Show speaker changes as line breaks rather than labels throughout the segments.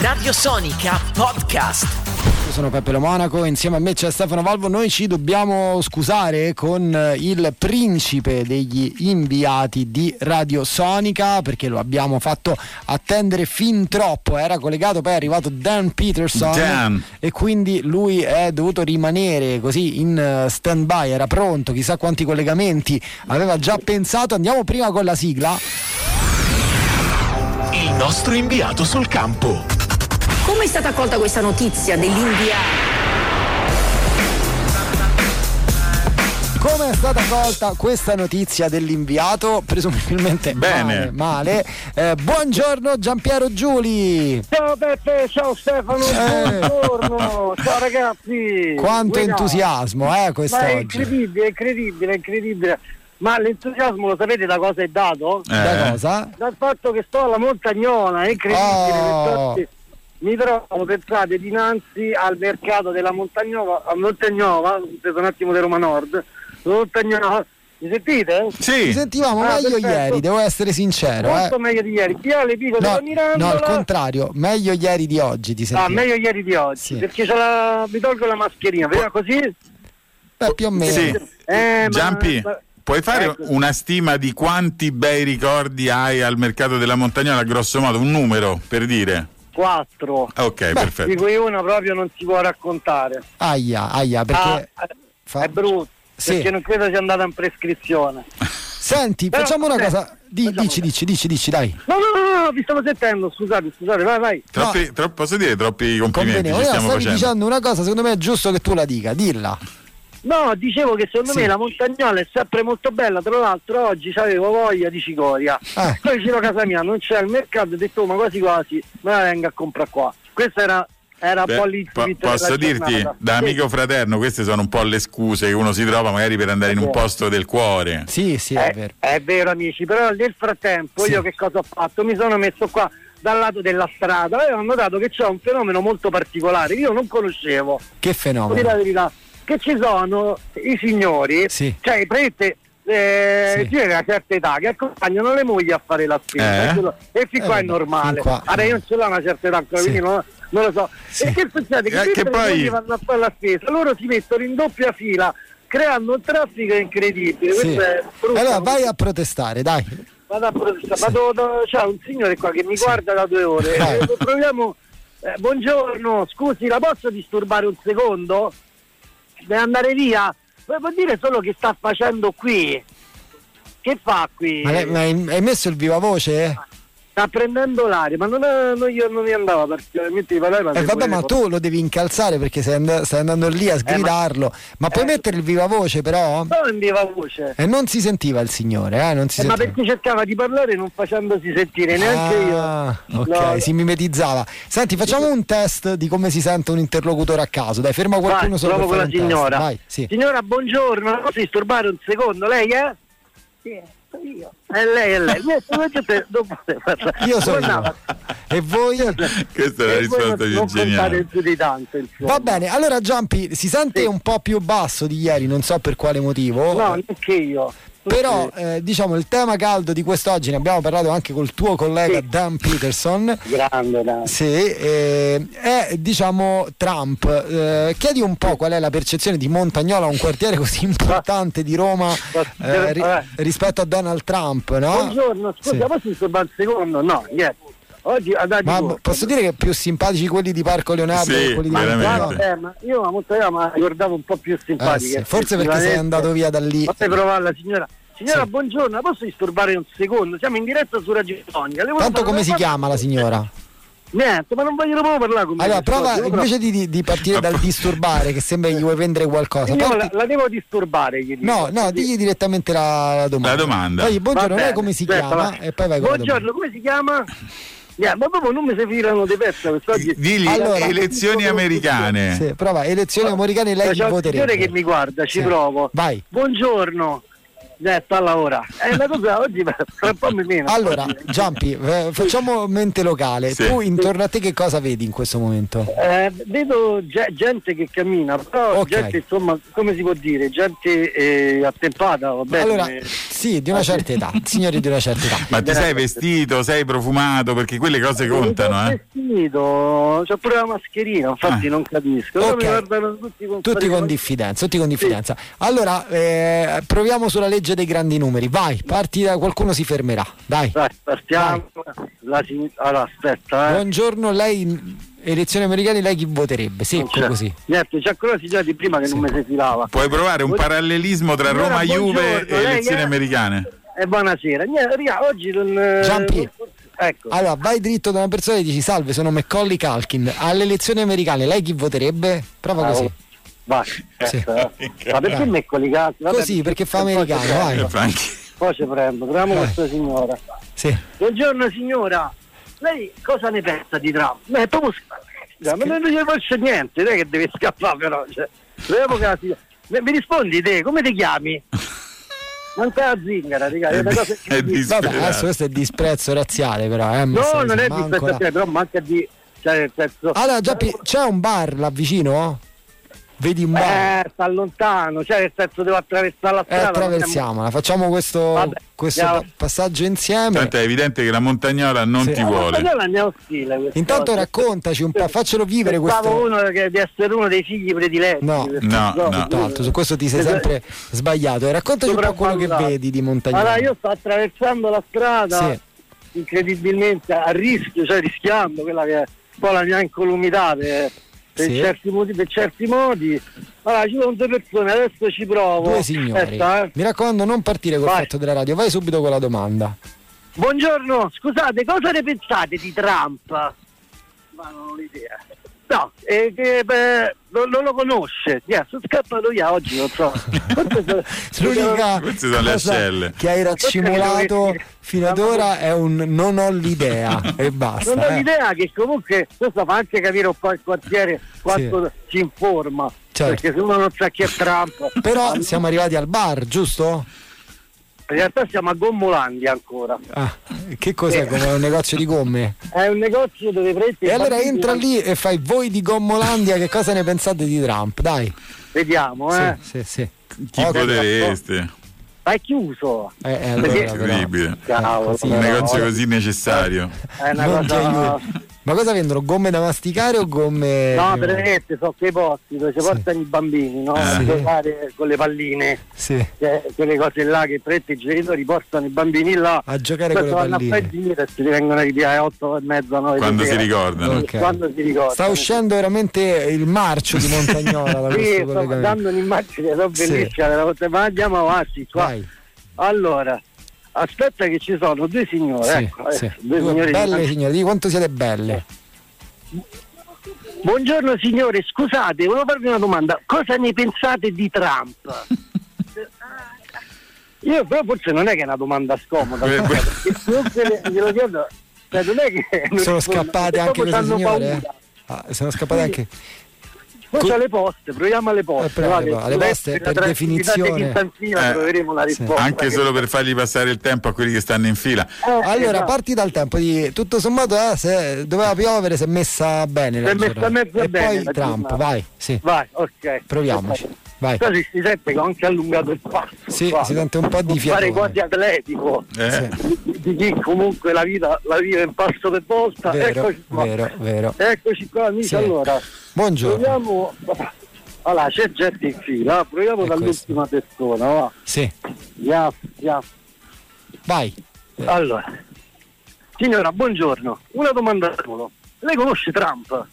Radio Sonica Podcast.
Io sono Peppe Lo Monaco, insieme a me c'è Stefano Valvo, noi ci dobbiamo scusare con eh, il principe degli inviati di Radio Sonica perché lo abbiamo fatto attendere fin troppo, era collegato, poi è arrivato Dan Peterson
Dan.
e quindi lui è dovuto rimanere così in stand by, era pronto, chissà quanti collegamenti aveva già pensato, andiamo prima con la sigla.
Il nostro inviato sul campo.
Come è stata accolta questa notizia dell'India?
Come è stata colta questa notizia dell'inviato? Presumibilmente
Bene.
male. male. Eh, buongiorno Giampiero Giuli.
Ciao Peppe, ciao Stefano,
Eh.
buongiorno, ciao ragazzi.
Quanto
Buona.
entusiasmo, eh,
Ma è
quest'oggi.
incredibile, è incredibile, è incredibile. Ma l'entusiasmo lo sapete da cosa è dato?
Da
Eh.
cosa?
Dal fatto che sto alla montagnola, è incredibile.
Oh.
Pensate, Mi trovo, pensate, dinanzi al mercato della montagnola, a montagnola, ho preso un attimo di Roma Nord, la montagnola, mi sentite?
Ci
Sì,
sentivamo
Ah,
meglio
perfetto.
ieri, devo essere sincero. Eh.
Molto meglio di ieri, Piale Pico
No,
della
no,
Mirandola.
al contrario, meglio ieri di oggi ti sentivo.
Ah, meglio ieri di oggi,
Sì.
perché c'è la- mi tolgo la mascherina, vediamo così?
Beh, più o meno.
sì.
Eh, ma-
Giampi,
ma-
puoi fare
Ecco.
una stima di quanti bei ricordi hai al mercato della Montagnola, grosso modo, un numero per dire?
Quattro.
Ok,
Di
perfetto.
cui una proprio non si può raccontare.
Aia, aia, perché...
Ah,
fa-
È brutto.
Sì.
Perché non credo sia andata in prescrizione.
Senti,
Però-
facciamo una
eh,
cosa. Di-
facciamo
dici,
una-
dici, dici, dici, dai.
No, no, no, no, vi stavo sentendo, scusate, scusate, vai, vai.
Troppi- tro- posso dire troppi complimenti
Convenevole.
ci
Ora
stiamo
stavi
facendo?
dicendo una cosa, secondo me è giusto che tu la dica, dilla.
No, dicevo che secondo
Sì.
me la montagnola è sempre molto bella, tra l'altro oggi avevo voglia di cicoria.
Eh.
Poi vicino a casa mia non c'è il mercato, ho detto "Oh, ma quasi quasi me la vengo a comprare qua. Questa era, era
Beh,
un po' l'inizio
po- posso dirti, da amico fraterno, queste sono un po' le scuse che uno si trova magari per andare in un
Sì.
posto del cuore.
Sì, sì, è vero.
Eh, È, vero amici, però nel frattempo
Sì.
io che cosa ho fatto? Mi sono messo qua dal lato della strada e ho notato che c'è un fenomeno molto particolare che io non conoscevo,
Che
devo dire la
fenomeno.
verità, che ci sono i signori,
Sì.
cioè prete eh,
Sì.
signori di una certa età che accompagnano le mogli a fare la spesa
Eh.
E quello- e fin
Eh,
qua è
vabbè,
normale.
fin qua. eh.
Vabbè io non ce l'ho una certa età ancora,
Sì.
quindi non, non lo so.
Sì.
E che succede?
Eh,
Che, mentre
che
le
poi-
mogli vanno a fare la spesa, loro si mettono in doppia fila creando un traffico incredibile,
Sì.
questo è brutto.
Allora vai a protestare, dai.
Vado a protestare, vado da- c'è un signore qua che mi guarda da due ore.
Vai.
Eh, proviamo. eh, buongiorno, scusi, la posso disturbare un secondo? Deve andare via? Ma Vuol dire solo che sta facendo qui. Che fa qui?
Ma lei- ma hai hai messo il viva voce? Eh,
Ah, Sta prendendo l'aria, ma non, è- non io non mi andavo particolarmente di parlare.
Eh,
se
vabbè, ma
volevo-
tu lo devi incalzare perché stai, and- stai andando lì a sgridarlo. ma... puoi
eh.
mettere il viva voce, però?
No, in viva voce.
E non si sentiva il signore, eh? Non si
Eh, ma
sentiva.
perché cercava di parlare non facendosi sentire neanche
Ah,
io.
Ok,
No,
si mimetizzava. Senti, facciamo un test di come si sente un interlocutore a caso. Dai, ferma qualcuno
Vai,
solo
provo
per
con
fare
la
un test.
signora.
Vai, sì.
Signora, buongiorno, non posso disturbare un secondo, lei è?
Sì, sono io.
È lei, è lei. Mi ha detto che non poteva parlare.
Io sono
Tornava.
io. E voi?
Questa è la
E voi
risposta
non-
più
non
geniale.
contate più di tanto, insomma.
Va bene, allora Giampi si sente
Sì.
un po' più basso di ieri, non so per quale motivo. eh,
No, neanche io.
Però
Sì.
eh, diciamo il tema caldo di quest'oggi, ne abbiamo parlato anche col tuo collega
Sì.
Dan Peterson.
Grande, dai.
Sì, eh, è diciamo Trump. Eh, chiedi un po' qual è la percezione di Montagnola, un quartiere così importante di Roma eh, ri-
Eh.
rispetto a Donald Trump, no?
Buongiorno, scusa,
Ah, Sì.
posso disturbare un secondo? No, niente. Oggi ah, ad
Ma bo- posso dire che più simpatici quelli di Parco Leonardo
Sì,
che quelli di
veramente.
Montagnola?
Vabbè, ma io la montagna mi ricordavo un po' più
Eh,
simpatica.
sì, Forse perché sei
Sicuramente.
andato via da lì.
Fate provare la signora. Signora,
Sì.
buongiorno, la posso disturbare un secondo? Siamo in diretta su Radio Sonia. Le volevo
Tanto
fare
come
una
si
cosa-
chiama la signora?
Niente, ma non voglio proprio parlare con me.
Allora,
quest'oggi,
prova
io però-
invece di, di partire dal disturbare, che sembra che gli vuoi vendere qualcosa.
Io
parti-
la, la devo disturbare, gli dico.
No, no, digli direttamente la, la domanda.
La domanda.
Poi, buongiorno,
Va
lei
bene,
come si
aspetta,
chiama?
va.
E poi vai con la domanda.
Buongiorno, come si chiama? Yeah, ma proprio non mi si filano di pezza quest'oggi.
Digli
Allora-
elezioni americane.
Sì, prova, elezioni americane lei
C'è
chi
un signore
voterebbe?
che mi guarda, ci
Sì.
provo.
Vai.
Buongiorno. Eh, sta a lavora. Eh, ma tu sai, oggi tra un po' mi meno.
Allora, Giampi, eh, facciamo mente locale.
Sì.
Tu intorno a te che cosa vedi in questo momento?
Eh, vedo ge- gente che cammina, però
Ok.
gente insomma, come si può dire, gente eh, attempata, va bene.
Allora,
Eh,
sì, di una certa età, signori di una certa età.
Ma ti sei vestito, sei profumato, perché quelle cose contano, eh?
Vestito, c'ho pure la mascherina, infatti
Ah.
non capisco. Però
Ok.
mi guardano tutti con
Tutti con
fare-
diffidenza, tutti con diffidenza. Allora, eh, proviamo sulla legge dei grandi numeri. Vai, parti da qualcuno si fermerà. Dai.
Dai, partiamo. La sin- Allora, aspetta, eh.
Buongiorno, lei elezioni americane, lei chi voterebbe?
Non
Secco
c'è.
così.
Niente, c'è quella signora di prima che non mi si filava.
Puoi provare un
Buon-
parallelismo tra
Allora,
Roma Juve e
buongiorno, lei
elezioni
è-
americane?
E Eh, buonasera. Niente, raga, oggi non. eh,
Giampi.
Ecco.
Allora, vai dritto da una persona e dici salve, sono Macaulay Calkin. Alle elezioni americane, lei chi voterebbe? Prova
Ah,
così.
oh. Vai, aspetta, eh. Ma perché me con i cazzi? Vabbè,
Così, perché fa
poi
americano,
ci prendo,
vai.
Eh, Franchi.
Poi ci prendo, proviamo questa signora.
Sì.
Buongiorno signora, lei cosa ne pensa di Trump? Beh, è proprio... sc- Ma non gli faccio niente, non è che deve scappare però. Cioè, proviamo che la signora- Mi mi rispondi te, come ti chiami? Manca la zingara, raga, è una cosa...
È di-
Vabbè,
Sperato.
adesso questo è disprezzo razziale, però. Eh,
No,
messa
non è
così,
di
manco la-
te, però manca di... Cioè, nel senso... Eh,
Allora, Giappi, c'è un bar là vicino? Vedi un bar?
Eh, sta lontano, cioè nel senso devo attraversare la
Eh,
strada.
attraversiamola, facciamo questo,
Vabbè,
questo
andiamo.
passaggio insieme.
Tanto è evidente che la montagnola non
Sì. Ah,
ti
Ma
vuole.
spagnolo è neostile questo.
Intanto raccontaci un po', faccelo vivere
Pensavo
questo.
Cioè, uno che- di essere uno dei figli prediletti.
No.
Questo-
No, no.
Tanto, su questo ti sei
Esatto.
sempre sbagliato. Eh, raccontaci un po' quello che
Sopravvalutato.
vedi di montagna.
Allora io sto attraversando la strada
Sì.
incredibilmente a rischio, cioè rischiando quella che è un po' la mia incolumità per, per
Sì.
certi, modi, per certi modi. Allora ci sono due persone, adesso ci provo.
Due signori,
Aspetta, eh.
mi raccomando, non partire col
Vai.
fatto della radio, vai subito con la domanda.
Buongiorno, scusate, cosa ne pensate di Trump? Ma non ho idea. No, eh, che, beh, non, non lo conosce. Yeah, sono scappato io oggi, non so. Forse sono-
L'unica
Queste sono le
cosa
ascelle.
che hai raccimolato
Forse
fino ad ora è un non ho l'idea e basta.
Non ho
eh.
l'idea che comunque questo fa anche capire un po' il quartiere quanto si informa.
Certo.
Perché se uno non sa chi è Trump.
Però
Allora,
siamo arrivati al bar, giusto?
In realtà siamo a Gommolandia ancora.
Ah, che cos'è
Sì.
come un negozio di gomme?
È un negozio dove prendi.
E allora entra lì e fai voi di Gommolandia che cosa ne pensate di Trump? Dai.
Vediamo, eh.
Sì, sì, sì.
Chi
Ok.
potreste?
Ma è chiuso.
Eh, eh, allora,
Perché-
però. Eh,
Incredibile.
Cavolo,
così.
Un
però,
negozio così necessario.
È una
Non ti
cosa.
aiuti. Ma cosa vendono? Gomme da masticare o gomme...
No, veramente sono quei posti dove si
Sì. Eh.
portano i bambini no? a
Sì.
giocare con le palline,
Sì.
cioè, quelle cose là che pretti i genitori portano i bambini là
A giocare
poi
con le
vanno a fare
palline.
giro e si vengono a ritirare a 8 e mezza, 9
Quando si ricordano.
Ok.
Quando si ricordano.
Sta uscendo veramente il marcio di Montagnola da
Sì,
questo
sto
collegamento.
dando un'immagine sono
Sì.
bellissima, veramente, ma andiamo avanti qua.
Vai,
Allora, aspetta che ci sono due signore,
sì,
ecco,
sì.
ecco, due
Due
signori.
belle signore, di quanto siete belle.
Buongiorno signore, scusate, volevo farvi una domanda. Cosa ne pensate di Trump? Io però forse non è che è una domanda scomoda,
Eh, beh.
perché comunque le- glielo chiedo, cioè non è che non
Sono
rispondono,
scappate
perché
anche
proprio
queste
hanno
signore?
paura.
eh? Ah, sono scappate anche...
Poi
Co-
c'è le poste, proviamo alle poste.
Eh, proviamo alle
va,
po-
che
alle
sulla
poste,
destra,
per
la tranquillità
definizione.
di Distanzina
Eh,
troveremo la
sì.
risposta.
Anche
che-
solo per fargli passare il tempo a quelli che stanno in fila.
Eh,
Allora,
esatto.
parti dal tempo di tutto sommato, eh, se doveva piovere, si è messa bene. la
Si è messa
giornata.
mezzo
e
bene
poi
la
Trump,
giornata.
vai, sì,
Vai, ok.
proviamoci. Vai.
Così si sente che ho anche allungato il passo.
Sì,
qua.
si sente un po' di
Non Fare
fiatone.
quasi atletico.
Eh?
Sì.
Di chi comunque la vita la vive un passo per volta.
Vero,
Eccoci qua.
vero, vero.
Eccoci qua, amici.
Sì.
Allora,
Buongiorno.
proviamo. Allora, c'è gente in fila, proviamo
È
dall'ultima persona, va.
Sì,
Via, via.
vai.
Allora, signora, buongiorno. Una domanda solo. Lei conosce Trump?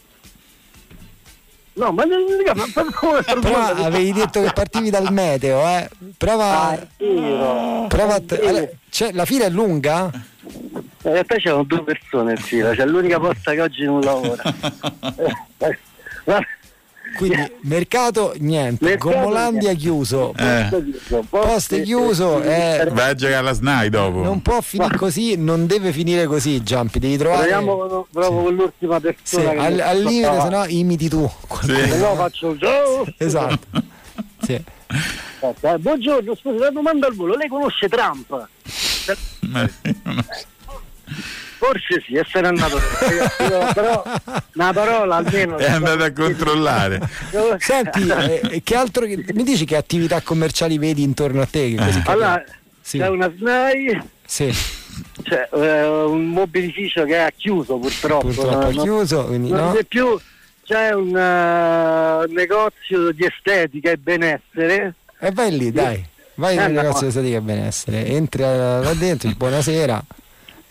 No, ma, raga, ma per come
Però avevi detto che partivi dal meteo, eh. Prova,
In
prova a te- allora, c'è- la fila è lunga?
realtà Eh, c'erano due persone in fila, c'è l'unica posta che oggi non lavora. Eh, eh,
Quindi mercato niente,
Mercato,
Gommolandia
niente.
chiuso,
Eh,
poste chiuso, eh,
vai a giocare alla SNAI dopo.
non può finire così, non deve finire così, Giampi, devi trovare...
Proviamo con, provo con l'ultima
Sì,
persona. che
al,
mi-
al limite, se no imiti tu.
Sì.
Se no faccio ciao.
Esatto. Sì.
aspetta, eh. buongiorno, scusi, una domanda al volo, lei conosce Trump?
Eh, non so.
Forse sì, essere andato, Io, però una parola almeno.
È andato a controllare.
Eh, Senti, eh, che altro mi dici che attività commerciali vedi intorno a te? Che così capiamo?
Allora,
Sì.
c'è una SNAI,
Sì,
cioè, eh, un mobilificio che ha chiuso purtroppo.
purtroppo è
no?
chiuso, quindi
Non
no.
c'è più, c'è un eh, negozio di estetica e benessere.
E vai lì, dai. Vai
Eh,
nel
no.
negozio di estetica e benessere. Entra là dentro, dici, buonasera.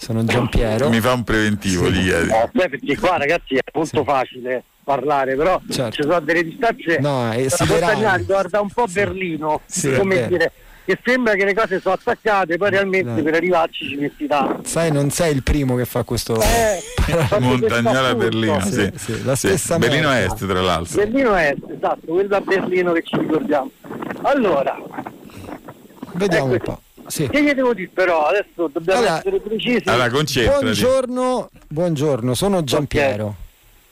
Sono Giampiero.
Mi fa un preventivo, gli chiedi.
Eh, beh, perché qua ragazzi è molto facile parlare, però
Certo.
ci sono delle distanze.
No, è
La
siderale.
Montagnana guarda un po' Berlino,
Sì,
come
è vero. Eh,
dire, che sembra che le cose sono attaccate, poi realmente
Dai.
per arrivarci ci metti tanto.
Sai, non sei il primo che fa questo.
Eh, proprio
Montagnola
questo
Berlino,
appunto.
sì.
Sì, sì, la
Sì,
stessa
Berlino
merda.
Est, tra l'altro.
Berlino è esatto, quello a Berlino che ci ricordiamo. Allora,
Vediamo un
ecco.
po'. Sì.
che gli devo dire però? Adesso dobbiamo
Eh. Allora-
essere precisi.
Allora, concentrati.
Buongiorno, buongiorno, sono Giampiero.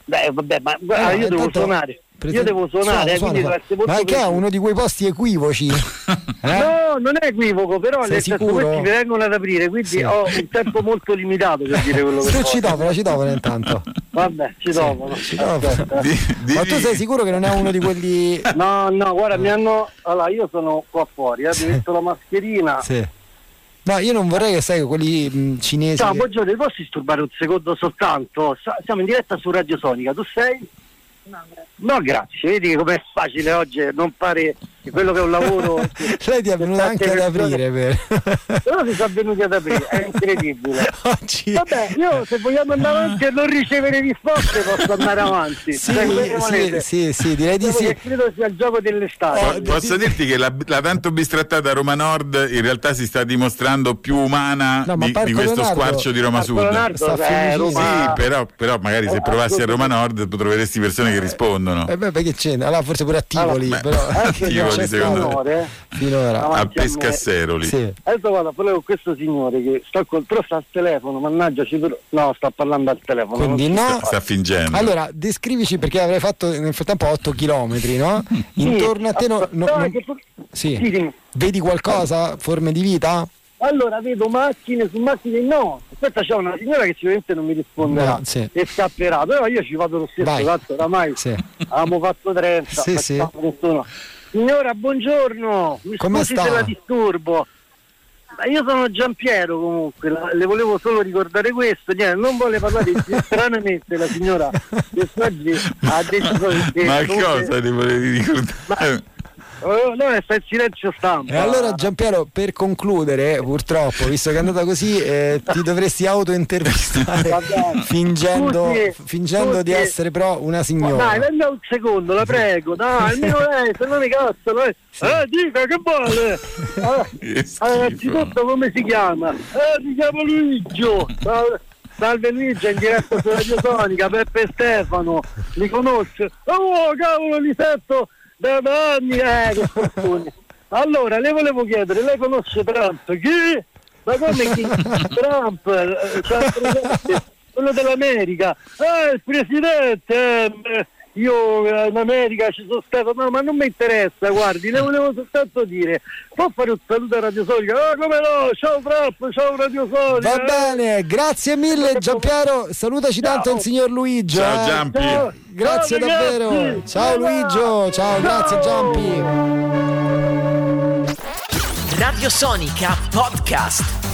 Beh, vabbè, ma guarda,
Ah,
io devo
intanto-
suonare.
Presen-
Io devo
Suona,
suonare, eh,
suona,
quindi
suona.
deve essere molto
Ma che è
preciso.
uno di quei posti equivoci? Eh?
No, non è equivoco, però
Sei
nel senso,
sicuro?
questi mi vengono ad aprire, quindi
Sì.
ho un tempo molto limitato per dire quello che
Su
voglio.
citofono, citofono intanto.
Vabbè, ci dopo.
Citofono.
Di-
Ma
digli-
tu sei sicuro che non è uno di quelli.
No, no,
Eh.
guarda, mi hanno. Allora, io sono qua fuori, eh, mi metto la mascherina.
Sì. No, io non vorrei che sai quelli mh, cinesi.
Ciao,
che-
buongiorno, ti posso disturbare un secondo soltanto? Sa- Siamo in diretta su Radio Sonica, tu sei? No, grazie, vedi com'è facile oggi non fare quello che è un lavoro.
Lei ti è venuta anche ad aprire per.
Però si sono venuti ad aprire, è incredibile.
Oggi.
Vabbè, io se vogliamo andare avanti e non ricevere risposte posso andare avanti.
Sì,
Cioè, come volete.
sì, sì, sì, direi di
Dopo
sì.
che credo sia il gioco dell'estate.
Eh,
Po- Posso dirti che la, la tanto bistrattata Roma Nord in realtà si sta dimostrando più umana
No, ma
di,
Marco
di questo
Leonardo-
squarcio di Roma
Marco
Sud.
Leonardo,
Sta
eh,
fiumicino.
Roma-
Sì, però, però magari se
Eh,
provassi a
ascolta-
Roma Nord troveresti persone che rispondono.
Eh beh, perché c'entra? Allora, forse pure a Tivoli,
Allora, beh,
però.
a
non
Tivoli,
c'è
secondo
stato
Signore, eh.
Finora.
A
avanti a me.
Pescasseroli.
Sì.
Adesso vado a parlare con questo signore che sta col però sta al telefono, mannaggia ci per- No, sta parlando al telefono.
Quindi
non-
no.
Sta
Mm.
fingendo.
Allora, descrivici perché avrei fatto nel frattempo 8 km, no? Intorno a te no- no-
No,
non-
che for-
sì.
Sì, sì.
vedi qualcosa? Forme di vita?
Allora vedo macchine su macchine, no, aspetta c'è una signora che sicuramente non mi risponderà
No, sì.
e scapperà, però io ci vado lo stesso,
Vai.
tanto oramai
Sì.
abbiamo fatto 30,
Sì,
facciamo 31. Signora, buongiorno, mi
Come
scusi
sta?
se la disturbo. Ma io sono Giampiero comunque, la- le volevo solo ricordare questo, niente, non vuole parlare di stranamente la signora che oggi ha deciso che
Ma
comunque-
cosa ti volevi ricordare?
Eh, no, sta in silenzio stampa.
E allora Giampiero, per concludere, purtroppo, visto che è andata così, eh, ti dovresti autointervistare
Va bene.
fingendo,
Scusi,
fingendo di
scusi.
essere però una
Dai,
signora.
dammi un secondo, la prego, dai, almeno lei, se non mi cazzo, lei- eh, dica che vuole. Eh, Allora,
Che schifo.
allora, innanzitutto come si chiama? Eh, mi chiamo Luigio. Salve- Salve Luigi, è in diretta su Radio Sonica, Peppe e Stefano, li conosce. Oh, cavolo, li sento da da anni, eh, che fortuna. Allora, le volevo chiedere, lei conosce Trump? Chi? Ma come chi? Trump, eh, cioè, il presidente, quello dell'America. Ah, il presidente! eh, beh, Io eh, in America ci sono stato, no, ma non mi interessa, guardi, le volevo soltanto dire. Può fare un saluto a Radio Sonica? Ah, come no? Ciao Trump, ciao Radio eh. Sonica!
Va bene, grazie mille Giampiero, salutaci tanto
Ciao.
il signor Luigi.
Ciao,
eh.
Giampi.
Ciao,
Grazie
ciao,
davvero.
ragazzi.
Ciao Luigi, ciao, grazie Giampi.
Radiosonica Podcast.